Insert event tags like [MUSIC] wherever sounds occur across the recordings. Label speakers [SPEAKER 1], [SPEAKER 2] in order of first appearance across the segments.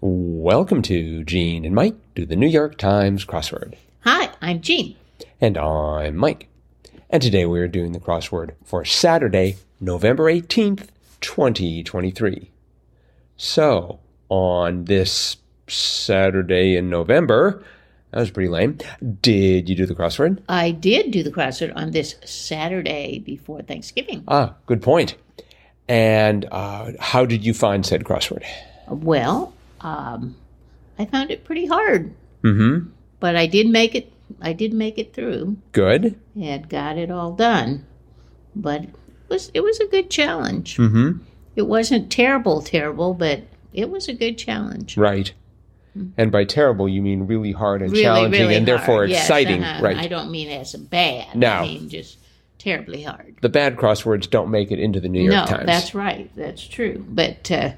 [SPEAKER 1] Welcome to Gene and Mike do the New York Times crossword.
[SPEAKER 2] Hi, I'm Jean.
[SPEAKER 1] And I'm Mike. And today we are doing the crossword for Saturday, November 18th, 2023. So, on this Saturday in November, that was pretty lame. Did you do the crossword?
[SPEAKER 2] I did do the crossword on this Saturday before Thanksgiving.
[SPEAKER 1] Ah, good point. And uh, how did you find said crossword?
[SPEAKER 2] Well, um, I found it pretty hard,
[SPEAKER 1] Mm hmm.
[SPEAKER 2] but I did make it. I did make it through
[SPEAKER 1] Good.
[SPEAKER 2] and got it all done. But it was it was a good challenge.
[SPEAKER 1] Mm hmm.
[SPEAKER 2] It wasn't terrible, terrible, but it was a good challenge.
[SPEAKER 1] Right. And by terrible, you mean really hard and
[SPEAKER 2] Hmm. Really,
[SPEAKER 1] challenging
[SPEAKER 2] really
[SPEAKER 1] and therefore
[SPEAKER 2] hard. Yes,
[SPEAKER 1] exciting.
[SPEAKER 2] uh-huh.
[SPEAKER 1] Right.
[SPEAKER 2] I don't mean as bad.
[SPEAKER 1] No.
[SPEAKER 2] I mean just terribly hard.
[SPEAKER 1] the bad crosswords don't make it into the New York
[SPEAKER 2] no,
[SPEAKER 1] Times.
[SPEAKER 2] that's right. That's true. But uh,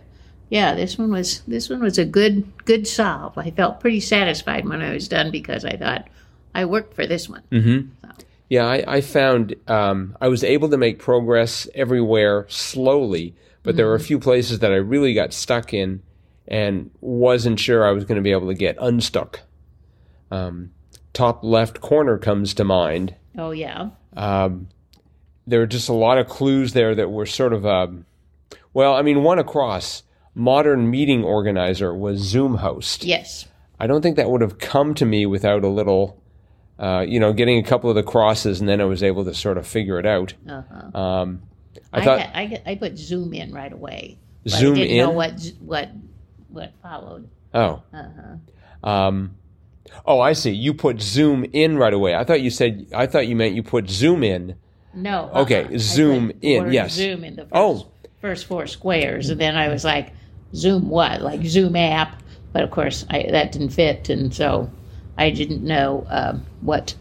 [SPEAKER 2] yeah, this one was this one was a good good solve. I felt pretty satisfied when I was done because I thought I worked for this one.
[SPEAKER 1] Mhm.
[SPEAKER 2] So,
[SPEAKER 1] yeah, I, I found um, I was able to make progress everywhere slowly, but there were
[SPEAKER 2] Mm.
[SPEAKER 1] a few places that I really got stuck in and wasn't sure I was going to be able to get unstuck. Um, top left corner comes to mind.
[SPEAKER 2] oh yeah,
[SPEAKER 1] um, there are just a lot of clues there that were sort of um, well i mean one across modern meeting organizer was zoom host
[SPEAKER 2] yes,
[SPEAKER 1] i don't think that would have come to me without a little uh, you know getting a couple of the crosses and then i was able to sort of figure it out
[SPEAKER 2] uh-huh.
[SPEAKER 1] um, i
[SPEAKER 2] I,
[SPEAKER 1] thought
[SPEAKER 2] had- I, I put zoom in right away. but
[SPEAKER 1] Zoom
[SPEAKER 2] I didn't know
[SPEAKER 1] in?
[SPEAKER 2] what z- what what followed.
[SPEAKER 1] oh
[SPEAKER 2] Uh-huh.
[SPEAKER 1] um, oh i see you put zoom in right away i thought you said i thought you meant you put zoom in
[SPEAKER 2] No.
[SPEAKER 1] Okay,
[SPEAKER 2] uh-uh. I
[SPEAKER 1] zoom
[SPEAKER 2] put
[SPEAKER 1] in,
[SPEAKER 2] word
[SPEAKER 1] yes.
[SPEAKER 2] Zoom in the first,
[SPEAKER 1] Oh.
[SPEAKER 2] first four squares, and then I was like, Zoom what? Like Zoom app, but of course I, that didn't fit, and so I didn't know um, what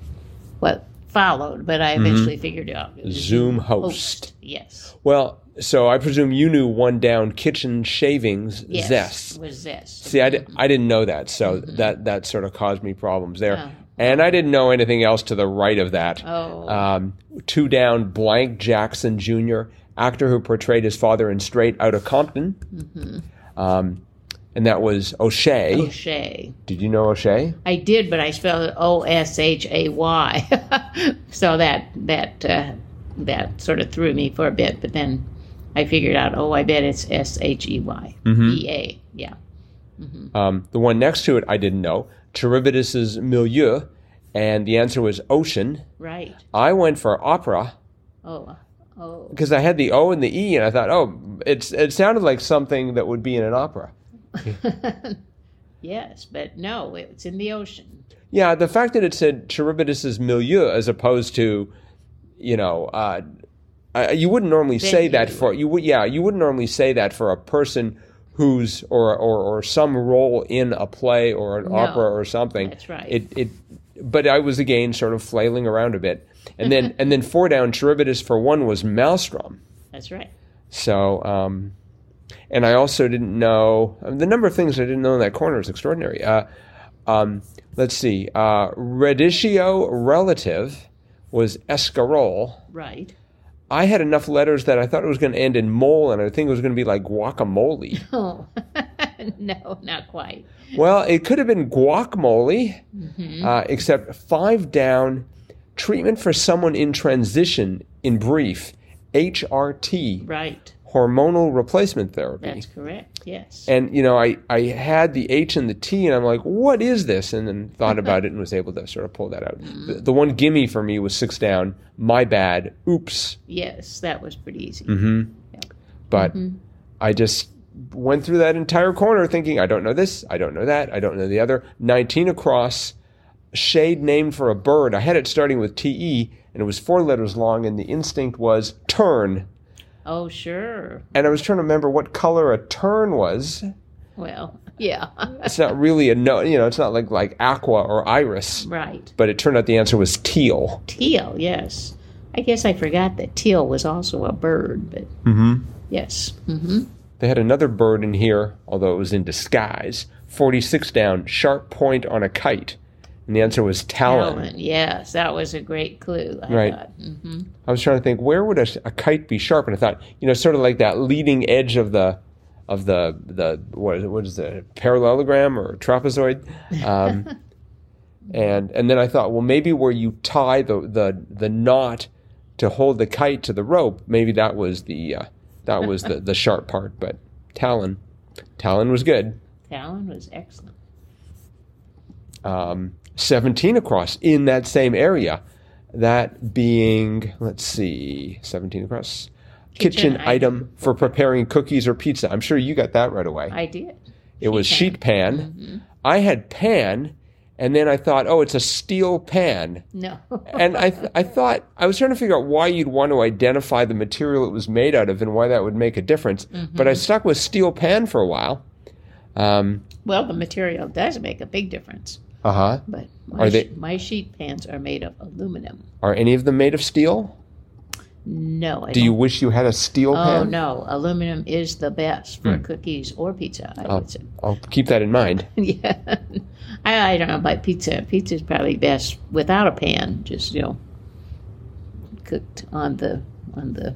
[SPEAKER 2] what followed. But I
[SPEAKER 1] Mm-hmm.
[SPEAKER 2] eventually figured it out. It was
[SPEAKER 1] zoom host
[SPEAKER 2] host. Yes.
[SPEAKER 1] well so i presume you knew one down kitchen shavings
[SPEAKER 2] Yes. Mm-hmm.
[SPEAKER 1] zest
[SPEAKER 2] Was zest.
[SPEAKER 1] See, I, di- I didn't know that, so that that sort of caused me problems there.
[SPEAKER 2] Oh.
[SPEAKER 1] And I didn't know anything else to the right of that.
[SPEAKER 2] Oh.
[SPEAKER 1] Um, two down, blank Jackson Jr., actor who portrayed his father in Straight Outta Compton, um, and that was O'Shea.
[SPEAKER 2] Oh. O'Shea.
[SPEAKER 1] Did you know O'Shea?
[SPEAKER 2] I did, but I spelled it O S H A Y. [LAUGHS] So that that uh, that sort of threw me for a bit, but then I figured out, oh, I bet it's S H E Y
[SPEAKER 1] Mm-hmm.
[SPEAKER 2] E A. Yeah.
[SPEAKER 1] Um, the one next to it, I didn't know. Charybdis's Milieu, and the answer was Ocean.
[SPEAKER 2] Right.
[SPEAKER 1] I went for opera.
[SPEAKER 2] Oh. Oh.
[SPEAKER 1] because I had the O and the E, and I thought, oh, it's it sounded like something that would be in an opera.
[SPEAKER 2] Yes, but no, it's in the ocean.
[SPEAKER 1] Yeah, the fact that it said Charybdis's milieu as opposed to, you know, uh, uh, you wouldn't normally say that
[SPEAKER 2] Venue.
[SPEAKER 1] for you would yeah you wouldn't normally say that for a person who's or or, or some role in a play or an
[SPEAKER 2] No,
[SPEAKER 1] opera or something.
[SPEAKER 2] that's right.
[SPEAKER 1] It it but I was again sort of flailing around a bit, and then
[SPEAKER 2] [LAUGHS]
[SPEAKER 1] and then four down Charybdis for one was Maelstrom.
[SPEAKER 2] That's right.
[SPEAKER 1] So, um, and I also didn't know um, the number of things I didn't know in that corner is extraordinary. Uh, um, let's see, uh, reducio relative was escarole.
[SPEAKER 2] Right. [LAUGHS]
[SPEAKER 1] I had enough letters that I thought it was going to end in mole, and I think it was going to be like guacamole.
[SPEAKER 2] [LAUGHS] Oh. no, not quite.
[SPEAKER 1] well, it could have been guacamole, uh, except five down. Treatment for someone in transition, in brief, HRT,
[SPEAKER 2] Right.
[SPEAKER 1] hormonal replacement therapy.
[SPEAKER 2] That's correct. Yes.
[SPEAKER 1] and you know I, I had the h and the t and i'm like what is this and then thought about it and was able to sort of pull that out the, the one gimme for me was six down my bad oops
[SPEAKER 2] Yes, that was pretty easy.
[SPEAKER 1] mm-hmm.
[SPEAKER 2] Yeah.
[SPEAKER 1] but i just went through that entire corner thinking i don't know this i don't know that i don't know the other 19 across shade named for a bird i had it starting with te and it was four letters long and the instinct was turn
[SPEAKER 2] Oh, sure.
[SPEAKER 1] and i was trying to remember what color a turn was
[SPEAKER 2] Well, [LAUGHS] yeah.
[SPEAKER 1] it's not really a no you know it's not like like aqua or iris
[SPEAKER 2] right.
[SPEAKER 1] but it turned out the answer was teal
[SPEAKER 2] Teal, yes. I guess I forgot that teal was also a bird, but
[SPEAKER 1] mm-hmm.
[SPEAKER 2] yes. hmm
[SPEAKER 1] they had another bird in here although it was in disguise 46 down sharp point on a kite and the answer was talon,
[SPEAKER 2] Alan, yes, that was a great clue. I
[SPEAKER 1] Right.
[SPEAKER 2] Thought. hmm
[SPEAKER 1] i was trying to think where would a, a kite be sharp and i thought you know sort of like that leading edge of the of the the what is it, what is the parallelogram or trapezoid, um, and and then I thought, well, maybe where you tie the the the knot to hold the kite to the rope, maybe that was the uh, that was the the sharp part. But Talon, Talon was good.
[SPEAKER 2] Talon was excellent.
[SPEAKER 1] Um, Seventeen across in that same area, that being let's see, seventeen across. Kitchen,
[SPEAKER 2] Kitchen
[SPEAKER 1] item, for preparing cookies or pizza. I'm sure you got that right away.
[SPEAKER 2] I did.
[SPEAKER 1] it was
[SPEAKER 2] pan.
[SPEAKER 1] Uh, sheet pan. Mm-hmm. I had pan, and then I thought, oh, it's a steel pan.
[SPEAKER 2] No. [LAUGHS]
[SPEAKER 1] and I, th- I thought I was trying to figure out why you'd want to identify the material it was made out of and why that would make a difference. But I stuck with steel pan for a while. Um,
[SPEAKER 2] well, the material does make a big difference,
[SPEAKER 1] uh huh.
[SPEAKER 2] but
[SPEAKER 1] Are
[SPEAKER 2] my,
[SPEAKER 1] they-
[SPEAKER 2] sh my sheet pans are made of aluminum.
[SPEAKER 1] Are any of them made of steel?
[SPEAKER 2] No, I
[SPEAKER 1] Do
[SPEAKER 2] don't.
[SPEAKER 1] you wish you had a steel
[SPEAKER 2] Oh
[SPEAKER 1] pan?
[SPEAKER 2] no, aluminum is the best
[SPEAKER 1] Hmm.
[SPEAKER 2] for cookies or pizza. I
[SPEAKER 1] Oh.
[SPEAKER 2] would say.
[SPEAKER 1] I'll keep that in
[SPEAKER 2] [LAUGHS]
[SPEAKER 1] mind.
[SPEAKER 2] yeah, I, I don't know about pizza. Pizza's probably best without a pan, just you know, cooked on the on the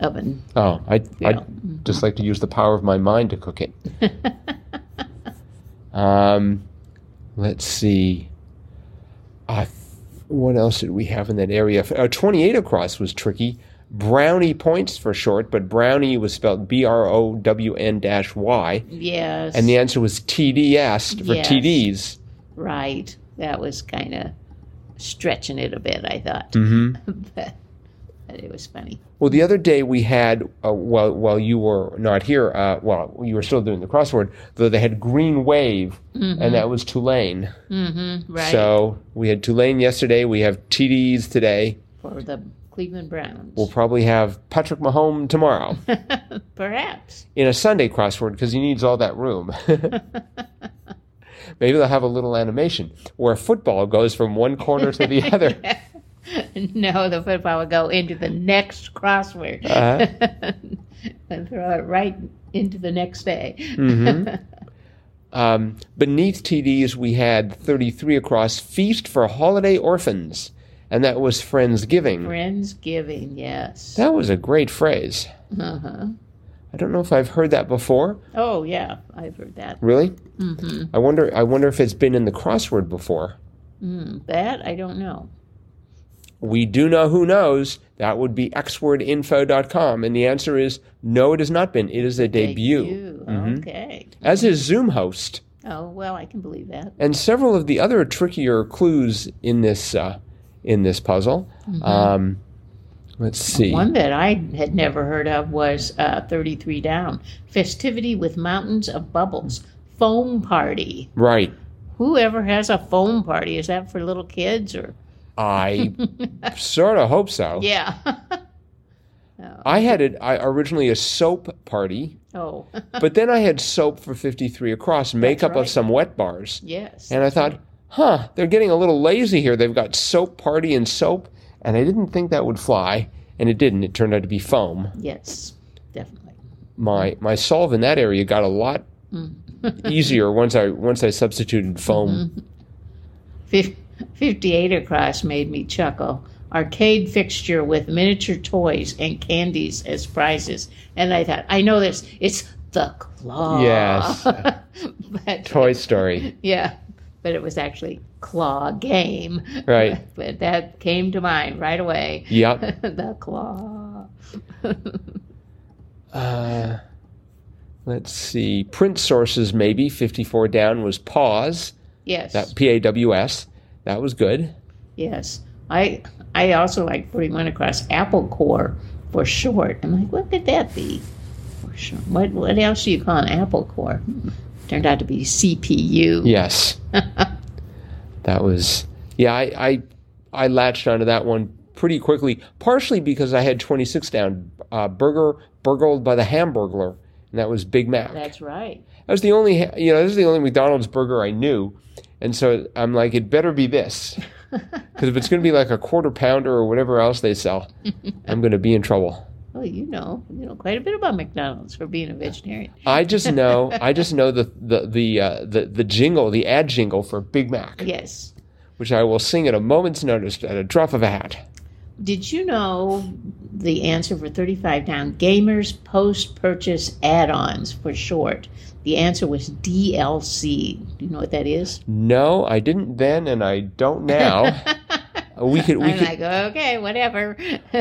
[SPEAKER 2] oven.
[SPEAKER 1] Oh, I
[SPEAKER 2] Yeah. Mm-hmm.
[SPEAKER 1] I just like to use the power of my mind to cook
[SPEAKER 2] [LAUGHS]
[SPEAKER 1] it. um, let's see. Uh, what else did we have in that area? Uh, Twenty-eight across was tricky. Brownie points for short, but brownie was spelled B R O W N dash Y,
[SPEAKER 2] Yes,
[SPEAKER 1] and the answer was TDS for
[SPEAKER 2] Yes.
[SPEAKER 1] TDs.
[SPEAKER 2] right. That was kind of stretching it a bit. I thought,
[SPEAKER 1] Mm-hmm.
[SPEAKER 2] [LAUGHS] but, but it was funny.
[SPEAKER 1] Well, the other day we had, uh, while while you were not here, uh, well, you were still doing the crossword, though they had Green Wave, and that was Tulane.
[SPEAKER 2] Mm-hmm. Right
[SPEAKER 1] So we had Tulane yesterday. We have TDs today.
[SPEAKER 2] for the Cleveland Browns,
[SPEAKER 1] We'll probably have Patrick Mahomes tomorrow
[SPEAKER 2] perhaps. [LAUGHS]
[SPEAKER 1] in a Sunday crossword because he needs all that room. [LAUGHS] Maybe they'll have a little animation where a football goes from one corner to the other.
[SPEAKER 2] no, the football would go into the next crossword
[SPEAKER 1] Uh-huh.
[SPEAKER 2] [LAUGHS] and throw it right into the next day.
[SPEAKER 1] Um, beneath TDs, we had 33 across Feast for Holiday Orphans, and that was Friendsgiving.
[SPEAKER 2] Friendsgiving, yes.
[SPEAKER 1] That was a great phrase.
[SPEAKER 2] uh-huh.
[SPEAKER 1] I don't know if I've heard that before.
[SPEAKER 2] Oh, yeah, I've heard that.
[SPEAKER 1] Really?
[SPEAKER 2] hmm
[SPEAKER 1] I wonder. I wonder if it's been in the crossword before.
[SPEAKER 2] Mm, that I don't know.
[SPEAKER 1] We do know who knows. That would be xwordinfo.com. And the answer is no, it has not been. It is a debut,
[SPEAKER 2] Debut, Okay.
[SPEAKER 1] as is Zoom host.
[SPEAKER 2] Oh, well, I can believe that.
[SPEAKER 1] And several of the other trickier clues in this, uh, in this puzzle. Um, let's see.
[SPEAKER 2] One that I had never heard of was uh, 33 Down Festivity with Mountains of Bubbles, Foam Party.
[SPEAKER 1] Right.
[SPEAKER 2] Whoever has a foam party, is that for little kids or? [LAUGHS]
[SPEAKER 1] I sort of hope so.
[SPEAKER 2] Yeah. [LAUGHS]
[SPEAKER 1] I had it I originally a soap party,
[SPEAKER 2] oh, [LAUGHS]
[SPEAKER 1] but then I had soap for 53 across, makeup
[SPEAKER 2] right.
[SPEAKER 1] of some wet bars.
[SPEAKER 2] yes.
[SPEAKER 1] And I thought, huh, they're getting a little lazy here. They've got soap party and soap, and I didn't think that would fly, and it didn't. It turned out to be foam.
[SPEAKER 2] Yes, definitely.
[SPEAKER 1] My
[SPEAKER 2] Mm.
[SPEAKER 1] my solve in that area got a lot
[SPEAKER 2] [LAUGHS]
[SPEAKER 1] easier once I once I substituted
[SPEAKER 2] Mm-hmm.
[SPEAKER 1] foam.
[SPEAKER 2] Fif- 58 across made me chuckle. Arcade fixture with miniature toys and candies as prizes. And I thought, I know this. It's the claw.
[SPEAKER 1] Yes.
[SPEAKER 2] [LAUGHS] but
[SPEAKER 1] Toy Story.
[SPEAKER 2] yeah, but it was actually claw game. [LAUGHS]
[SPEAKER 1] Right.
[SPEAKER 2] But that came to mind right away. [LAUGHS]
[SPEAKER 1] Yep.
[SPEAKER 2] the claw. [LAUGHS]
[SPEAKER 1] Uh, let's see. Print sources maybe 54 down was pause.
[SPEAKER 2] Yes.
[SPEAKER 1] That P A W S. That was good.
[SPEAKER 2] Yes, I I also like forty one across Apple Core for short. I'm like, what could that be? For short. What what else do you call an Apple Core? Hmm. Turned out to be CPU.
[SPEAKER 1] Yes. that was yeah, I, I I latched onto that one pretty quickly, partially because I had twenty six down. Uh, burger burgled by the hamburglar, and that was Big Mac. That
[SPEAKER 2] That's right.
[SPEAKER 1] was the only ha- you know, this is the only McDonald's burger I knew. And so I'm like, it better be this. Because if it's going to be like a quarter pounder or whatever else they sell, I'm going to be in trouble.
[SPEAKER 2] Well, you know, you know quite a bit about McDonald's for being a vegetarian.
[SPEAKER 1] I just know, I just know the the the uh, the, the jingle, the ad jingle for Big Mac.
[SPEAKER 2] Yes.
[SPEAKER 1] which I will sing at a moment's notice at a drop of a hat.
[SPEAKER 2] did you know the answer for 35 down? Gamers post purchase add ons for short. The answer was DLC. Do you know what that is?
[SPEAKER 1] No, I didn't then, and I don't
[SPEAKER 2] [LAUGHS]
[SPEAKER 1] now. we could we
[SPEAKER 2] I'm
[SPEAKER 1] could
[SPEAKER 2] like, okay, whatever.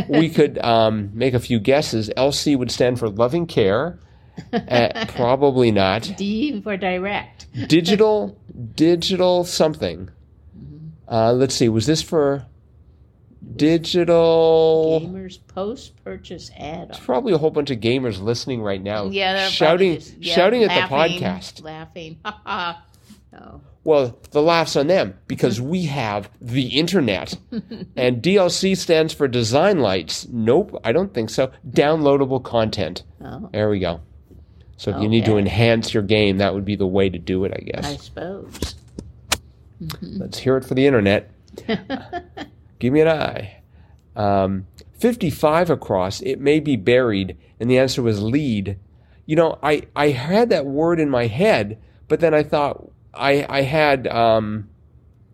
[SPEAKER 1] we could um, make a few guesses. LC would stand for loving care. Uh, probably not.
[SPEAKER 2] [LAUGHS] D for direct.
[SPEAKER 1] Digital, digital something.
[SPEAKER 2] Mm-hmm.
[SPEAKER 1] Uh, let's see. Was this for digital?
[SPEAKER 2] Gamers post purchase add
[SPEAKER 1] There's
[SPEAKER 2] on.
[SPEAKER 1] probably a whole bunch of gamers listening right now.
[SPEAKER 2] Yeah, they're probably
[SPEAKER 1] Oh, shouting,
[SPEAKER 2] just- yeah,
[SPEAKER 1] shouting at the
[SPEAKER 2] laughing,
[SPEAKER 1] podcast.
[SPEAKER 2] Laughing. Ha ha. Oh.
[SPEAKER 1] Well, the laughs on them because we have the
[SPEAKER 2] [LAUGHS]
[SPEAKER 1] internet. and DLC stands for design lights. Nope, I don't think so. Downloadable content.
[SPEAKER 2] [LAUGHS] Oh,
[SPEAKER 1] There we go. So if you need to
[SPEAKER 2] Okay.
[SPEAKER 1] enhance your game, that would be the way to do it, I
[SPEAKER 2] I
[SPEAKER 1] guess.
[SPEAKER 2] suppose.
[SPEAKER 1] [LAUGHS] Let's hear it for the internet. Give me an eye. Um, 55 across, it may be buried, and the answer was lead. You know, I, I had that word in my head, but then I thought I, I had, um,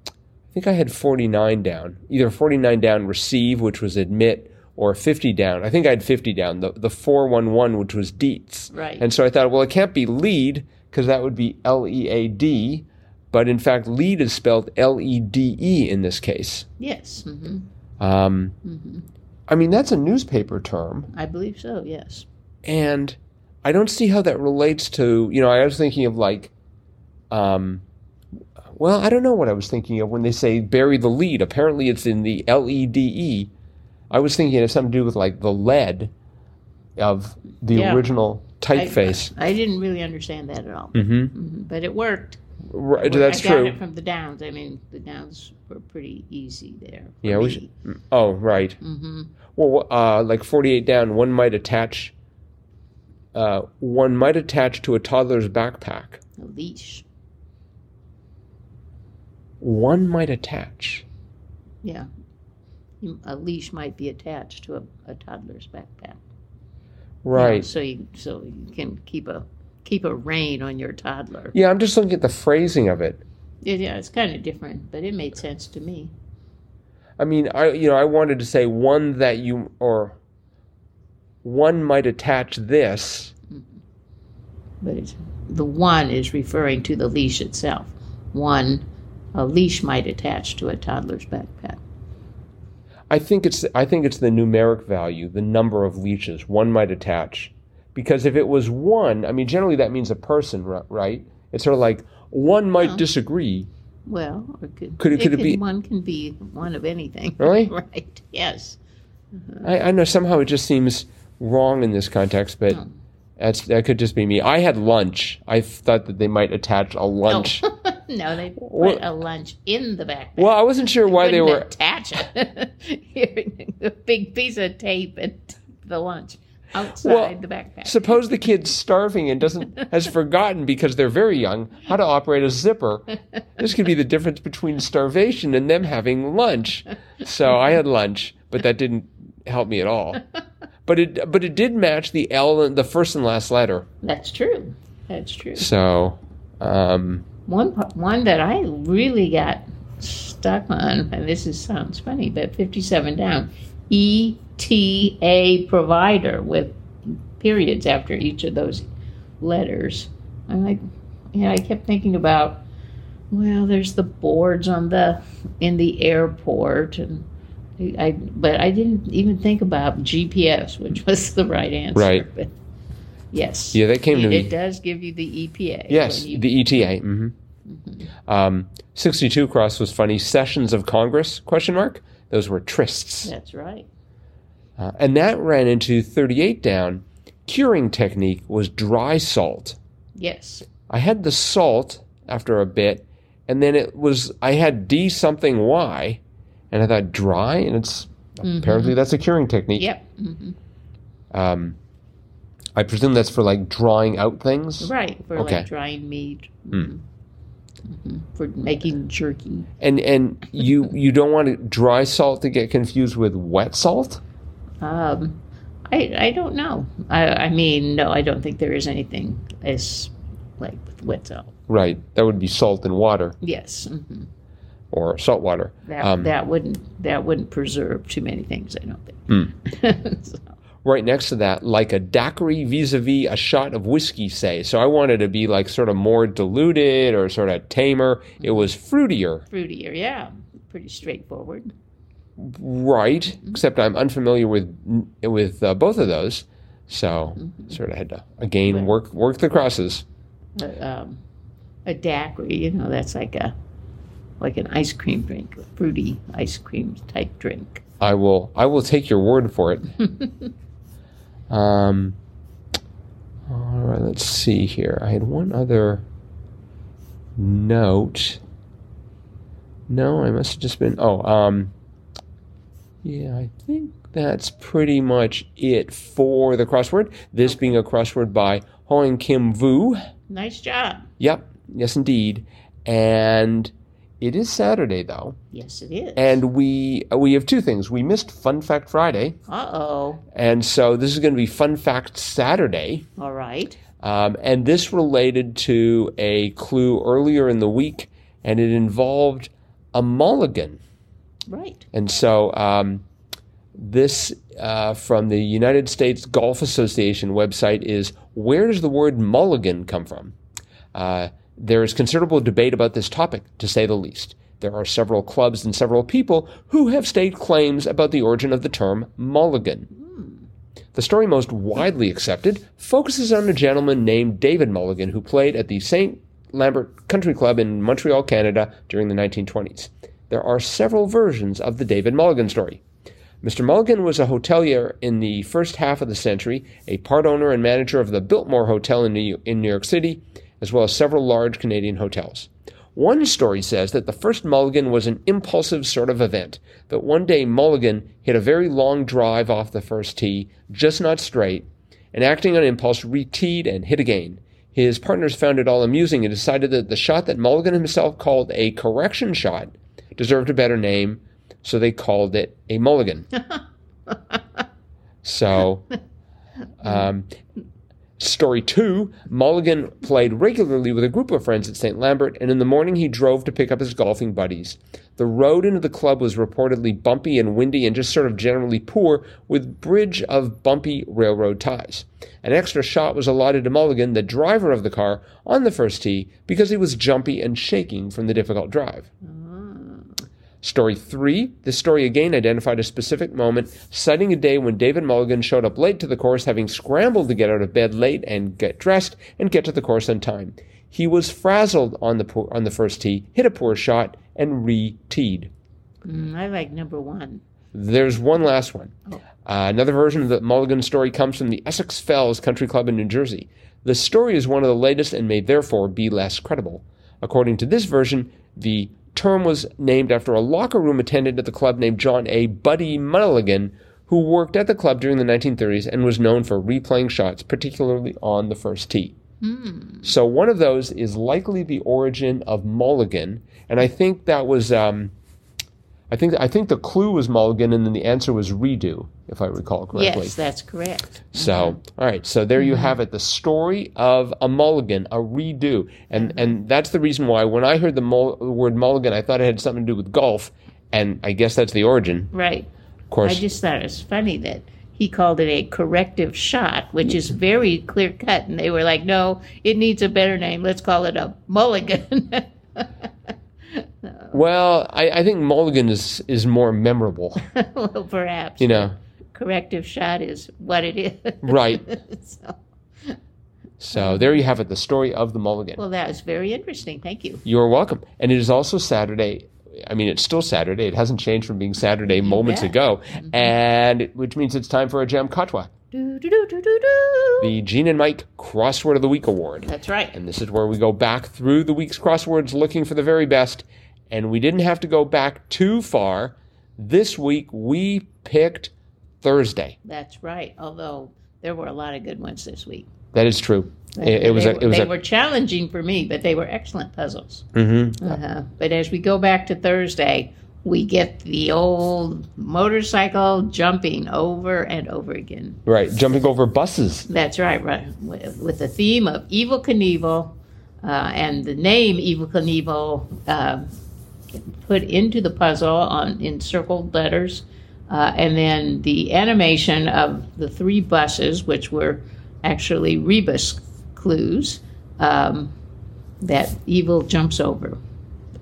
[SPEAKER 1] I think I had 49 down, either 49 down receive, which was admit, or 50 down. I think I had 50 down, the, the 411, which was deets.
[SPEAKER 2] Right.
[SPEAKER 1] And so I thought, well, it can't be lead because that would be L E A D. But in fact, lead is spelled L E D E in this case.
[SPEAKER 2] Yes. hmm
[SPEAKER 1] Um,
[SPEAKER 2] hmm
[SPEAKER 1] I mean, that's a newspaper term.
[SPEAKER 2] I believe so, yes.
[SPEAKER 1] And I don't see how that relates to, you know, I was thinking of like, um, well, I don't know what I was thinking of when they say bury the lead. Apparently, it's in the L E D E. I was thinking it had something to do with like the lead of the
[SPEAKER 2] Yeah.
[SPEAKER 1] original
[SPEAKER 2] I-
[SPEAKER 1] typeface.
[SPEAKER 2] I, didn't really understand that at all,
[SPEAKER 1] mm-hmm.
[SPEAKER 2] Mhm, but it worked.
[SPEAKER 1] Right,
[SPEAKER 2] Well,
[SPEAKER 1] Uh, that's
[SPEAKER 2] I got
[SPEAKER 1] true.
[SPEAKER 2] it from the downs. I mean, the downs were pretty easy there.
[SPEAKER 1] Yeah, we should- Oh, right.
[SPEAKER 2] Mm-hmm.
[SPEAKER 1] Well, uh, like 48 down, one might attach. Uh, one might attach to a toddler's backpack.
[SPEAKER 2] A leash.
[SPEAKER 1] One might attach.
[SPEAKER 2] Yeah. You- A leash might be attached to a, a toddler's backpack. you know,
[SPEAKER 1] Right.
[SPEAKER 2] so you so you can keep a keep a rein on your toddler.
[SPEAKER 1] Yeah, I'm just looking at the phrasing of it.
[SPEAKER 2] Yeah, yeah it's kind of different, but it made sense to me.
[SPEAKER 1] I mean, I you know, I wanted to say one that you or one might attach this.
[SPEAKER 2] But it's, the one is referring to the leash itself. One, a leash might attach to a toddler's backpack.
[SPEAKER 1] I think it's I think it's the numeric value, the number of leashes one might attach, because if it was one, I mean, generally that means a person, ri- right? It's sort of like one might
[SPEAKER 2] Yeah.
[SPEAKER 1] disagree.
[SPEAKER 2] Well, or could,
[SPEAKER 1] Could it- could it be-
[SPEAKER 2] one can be one of anything.
[SPEAKER 1] Really?
[SPEAKER 2] [LAUGHS] right. Yes.
[SPEAKER 1] I, I know somehow it just seems wrong in this context, but
[SPEAKER 2] No.
[SPEAKER 1] that's that could just be me. I had lunch. I thought that they might attach a lunch.
[SPEAKER 2] [LAUGHS] no, they put
[SPEAKER 1] Well-
[SPEAKER 2] a lunch in the backpack.
[SPEAKER 1] Well, I wasn't sure why they
[SPEAKER 2] Wouldn't
[SPEAKER 1] were.
[SPEAKER 2] attach [LAUGHS] it. a big piece of tape and [LAUGHS] the lunch outside
[SPEAKER 1] Well,
[SPEAKER 2] the backpack.
[SPEAKER 1] Suppose the kid's starving and doesn't
[SPEAKER 2] [LAUGHS]
[SPEAKER 1] has forgotten because they're very young how to operate a zipper. This could be the difference between starvation and them having lunch. So I had lunch, but that didn't help me at all. But it but it did match the L and the first and last letter.
[SPEAKER 2] That's true. That's true.
[SPEAKER 1] So um,
[SPEAKER 2] One pa- one that I really got stuck on, and this is sounds funny, but fifty-seven down, ETA provider with periods after each of those letters. I'm like, yeah, I kept thinking about, well, there's the boards on the in the airport, and I, I but I didn't even think about GPS, which was the right answer.
[SPEAKER 1] Right.
[SPEAKER 2] But yes.
[SPEAKER 1] yeah, that came to
[SPEAKER 2] It,
[SPEAKER 1] me.
[SPEAKER 2] it does give you the EPA.
[SPEAKER 1] Yes,
[SPEAKER 2] when you-
[SPEAKER 1] the ETA. hmm Um, Sixty-two cross was funny. Sessions of Congress? Question mark. Those were trysts,
[SPEAKER 2] that's right.
[SPEAKER 1] uh, and that ran into thirty-eight down. Curing technique was dry salt.
[SPEAKER 2] Yes.
[SPEAKER 1] I had the salt after a bit, and then it was I had D something Y, and I thought dry, and it's apparently that's a curing technique.
[SPEAKER 2] Yep. hmm
[SPEAKER 1] Um, I presume that's for like drawing out things.
[SPEAKER 2] Right. For
[SPEAKER 1] Okay.
[SPEAKER 2] like drying meat.
[SPEAKER 1] Mm.
[SPEAKER 2] Mhm. For making jerky.
[SPEAKER 1] And and you you don't want to dry salt to get confused with wet salt.
[SPEAKER 2] Um, I I don't know. I I mean, no, I don't think there is anything as like with wet salt.
[SPEAKER 1] Right, that would be salt and water.
[SPEAKER 2] Yes. hmm
[SPEAKER 1] or salt water.
[SPEAKER 2] That,
[SPEAKER 1] Um,
[SPEAKER 2] that wouldn't that wouldn't preserve too many things, I don't think.
[SPEAKER 1] hmm.
[SPEAKER 2] [LAUGHS] So,
[SPEAKER 1] right next to that, like a daiquiri vis-a-vis a shot of whiskey, say. So I wanted to be like sort of more diluted or sort of tamer. It was fruitier,
[SPEAKER 2] fruitier, yeah, pretty straightforward.
[SPEAKER 1] right?
[SPEAKER 2] Mm-hmm.
[SPEAKER 1] Except I'm unfamiliar with with uh, both of those, so
[SPEAKER 2] Mm-hmm.
[SPEAKER 1] sort of had to again work work the crosses.
[SPEAKER 2] But, um, a daiquiri, you know, that's like a like an ice cream drink, a fruity ice cream type drink.
[SPEAKER 1] I will I will take your word for it. um, all right, let's see here. I had one other note. No, I must have just been oh, um yeah, I think that's pretty much it for the crossword. This being a crossword by Hoang Kim Vu.
[SPEAKER 2] Nice job.
[SPEAKER 1] Yep, yes indeed. And it is Saturday though.
[SPEAKER 2] Yes, it is.
[SPEAKER 1] And we uh, we have two things. We missed Fun Fact Friday,
[SPEAKER 2] Uh oh.
[SPEAKER 1] and so this is going to be Fun Fact Saturday.
[SPEAKER 2] All right.
[SPEAKER 1] Um, and this related to a clue earlier in the week, and it involved a mulligan.
[SPEAKER 2] Right.
[SPEAKER 1] And so um, this uh, from the United States Golf Association website is where does the word mulligan come from? Uh, there is considerable debate about this topic, to say the least. There are several clubs and several people who have staked claims about the origin of the term mulligan. The story most widely accepted focuses on a gentleman named David Mulligan who played at the St. Lambert Country Club in Montreal, Canada during the 1920s. There are several versions of the David Mulligan story. Mr. Mulligan was a hotelier in the first half of the century, a part owner and manager of the Biltmore Hotel in New, in New York City, as well as several large Canadian hotels. One story says that the first mulligan was an impulsive sort of event, that one day Mulligan hit a very long drive off the first tee, just not straight, and acting on impulse, re-teed and hit again. His partners found it all amusing and decided that the shot that Mulligan himself called a correction shot deserved a better name, so they called it a mulligan. so, um, story two Mulligan played regularly with a group of friends at St. Lambert, and in the morning he drove to pick up his golfing buddies. The road into the club was reportedly bumpy and windy and just sort of generally poor, with bridge of bumpy railroad ties. An extra shot was allotted to Mulligan, the driver of the car, on the first tee because he was jumpy and shaking from the difficult drive. Story three. This story again identified a specific moment, citing a day when David Mulligan showed up late to the course, having scrambled to get out of bed late and get dressed and get to the course on time. He was frazzled on the po- on the first tee, hit a poor shot, and re-teed.
[SPEAKER 2] Mm, I like number one.
[SPEAKER 1] There's one last one.
[SPEAKER 2] Oh.
[SPEAKER 1] Uh, another version of the Mulligan story comes from the Essex Fells Country Club in New Jersey. The story is one of the latest and may therefore be less credible. According to this version, the term was named after a locker room attendant at the club named John A. Buddy Mulligan, who worked at the club during the 1930s and was known for replaying shots, particularly on the first tee. So one of those is likely the origin of Mulligan, and I think that was. Um, I think I think the clue was Mulligan, and then the answer was redo, if I recall correctly.
[SPEAKER 2] Yes, Mm-hmm. that's correct.
[SPEAKER 1] So, all right. So there you have it. The story of a mulligan, a redo, and
[SPEAKER 2] Mm-hmm.
[SPEAKER 1] and that's the reason why when I heard the mul- word mulligan, I thought it had something to do with golf, and I guess that's the origin.
[SPEAKER 2] Right.
[SPEAKER 1] Of course,
[SPEAKER 2] I just thought it was funny that he called it a corrective shot, which is very clear cut. And they were like, no, it needs a better name. Let's call it a mulligan. [LAUGHS]
[SPEAKER 1] well, I, I think mulligan is is more memorable.
[SPEAKER 2] well, perhaps.
[SPEAKER 1] You
[SPEAKER 2] [LAUGHS]
[SPEAKER 1] know,
[SPEAKER 2] Corrective shot is what it is. [LAUGHS]
[SPEAKER 1] right?
[SPEAKER 2] so,
[SPEAKER 1] So there you have it. The story of the mulligan.
[SPEAKER 2] well, that was very interesting. Thank you.
[SPEAKER 1] You're welcome. And it is also Saturday. I mean, it's still Saturday. It hasn't changed from being Saturday moments
[SPEAKER 2] bet. Mm-hmm.
[SPEAKER 1] ago, and it, which means it's time for a jam katwa,
[SPEAKER 2] Do, do, do, do, do, do.
[SPEAKER 1] the Gene and Mike Crossword of the Week Award.
[SPEAKER 2] That's right.
[SPEAKER 1] And this is where we go back through the week's crosswords looking for the very best. And we didn't have to go back too far. This week we picked Thursday.
[SPEAKER 2] That's right. Although there were a lot of good ones this week.
[SPEAKER 1] That is true. It, it was
[SPEAKER 2] they,
[SPEAKER 1] a, it was
[SPEAKER 2] they
[SPEAKER 1] a,
[SPEAKER 2] were challenging for me, but they were excellent puzzles.
[SPEAKER 1] Mhm.
[SPEAKER 2] Uh-huh. But as we go back to Thursday, we get the old motorcycle jumping over and over again.
[SPEAKER 1] right jumping over buses.
[SPEAKER 2] That's right, right. With with the theme of Evil Knievel uh, and the name Evil Knievel uh, put into the puzzle on in circled letters, uh, and then the animation of the three buses, which were actually rebus clues um, that evil jumps over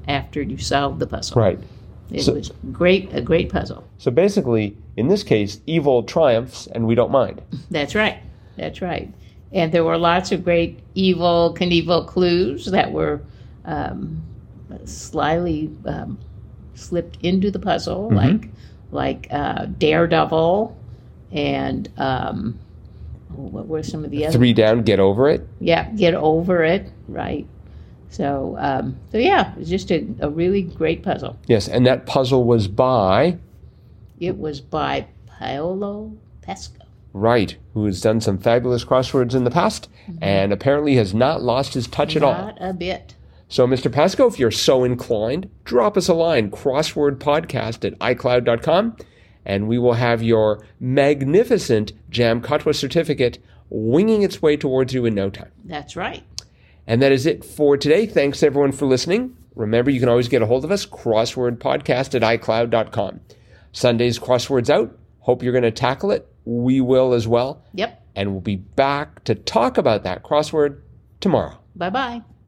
[SPEAKER 2] after you solve the puzzle.
[SPEAKER 1] Right.
[SPEAKER 2] It
[SPEAKER 1] So-
[SPEAKER 2] was great, a great puzzle.
[SPEAKER 1] So basically, in this case, evil triumphs and we don't mind.
[SPEAKER 2] That's right. That's right. And there were lots of great evil Knievel clues that were um, slyly um, slipped into the puzzle,
[SPEAKER 1] Mm-hmm.
[SPEAKER 2] like like uh, Daredevil, and um, oh, what were some of the other?
[SPEAKER 1] Three down, get over it.
[SPEAKER 2] Yeah, get over it. Right. So um, so yeah, it was just a, a really great puzzle.
[SPEAKER 1] Yes, and that puzzle was by
[SPEAKER 2] It was by Paolo Pesco.
[SPEAKER 1] Wright, who has done some fabulous crosswords in the past and apparently has not lost his touch at all.
[SPEAKER 2] Not a bit.
[SPEAKER 1] So, Mr. Pasco, if you're so inclined, drop us a line, crosswordpodcast at iCloud.com, and we will have your magnificent Jam Katwa certificate winging its way towards you in no time.
[SPEAKER 2] That's right.
[SPEAKER 1] And that is it for today. Thanks, everyone, for listening. Remember, you can always get a hold of us, crosswordpodcast at iCloud.com. Sunday's crosswords out. Hope you're going to tackle it. We will as well.
[SPEAKER 2] Yep.
[SPEAKER 1] And we'll be back to talk about that crossword tomorrow.
[SPEAKER 2] Bye bye.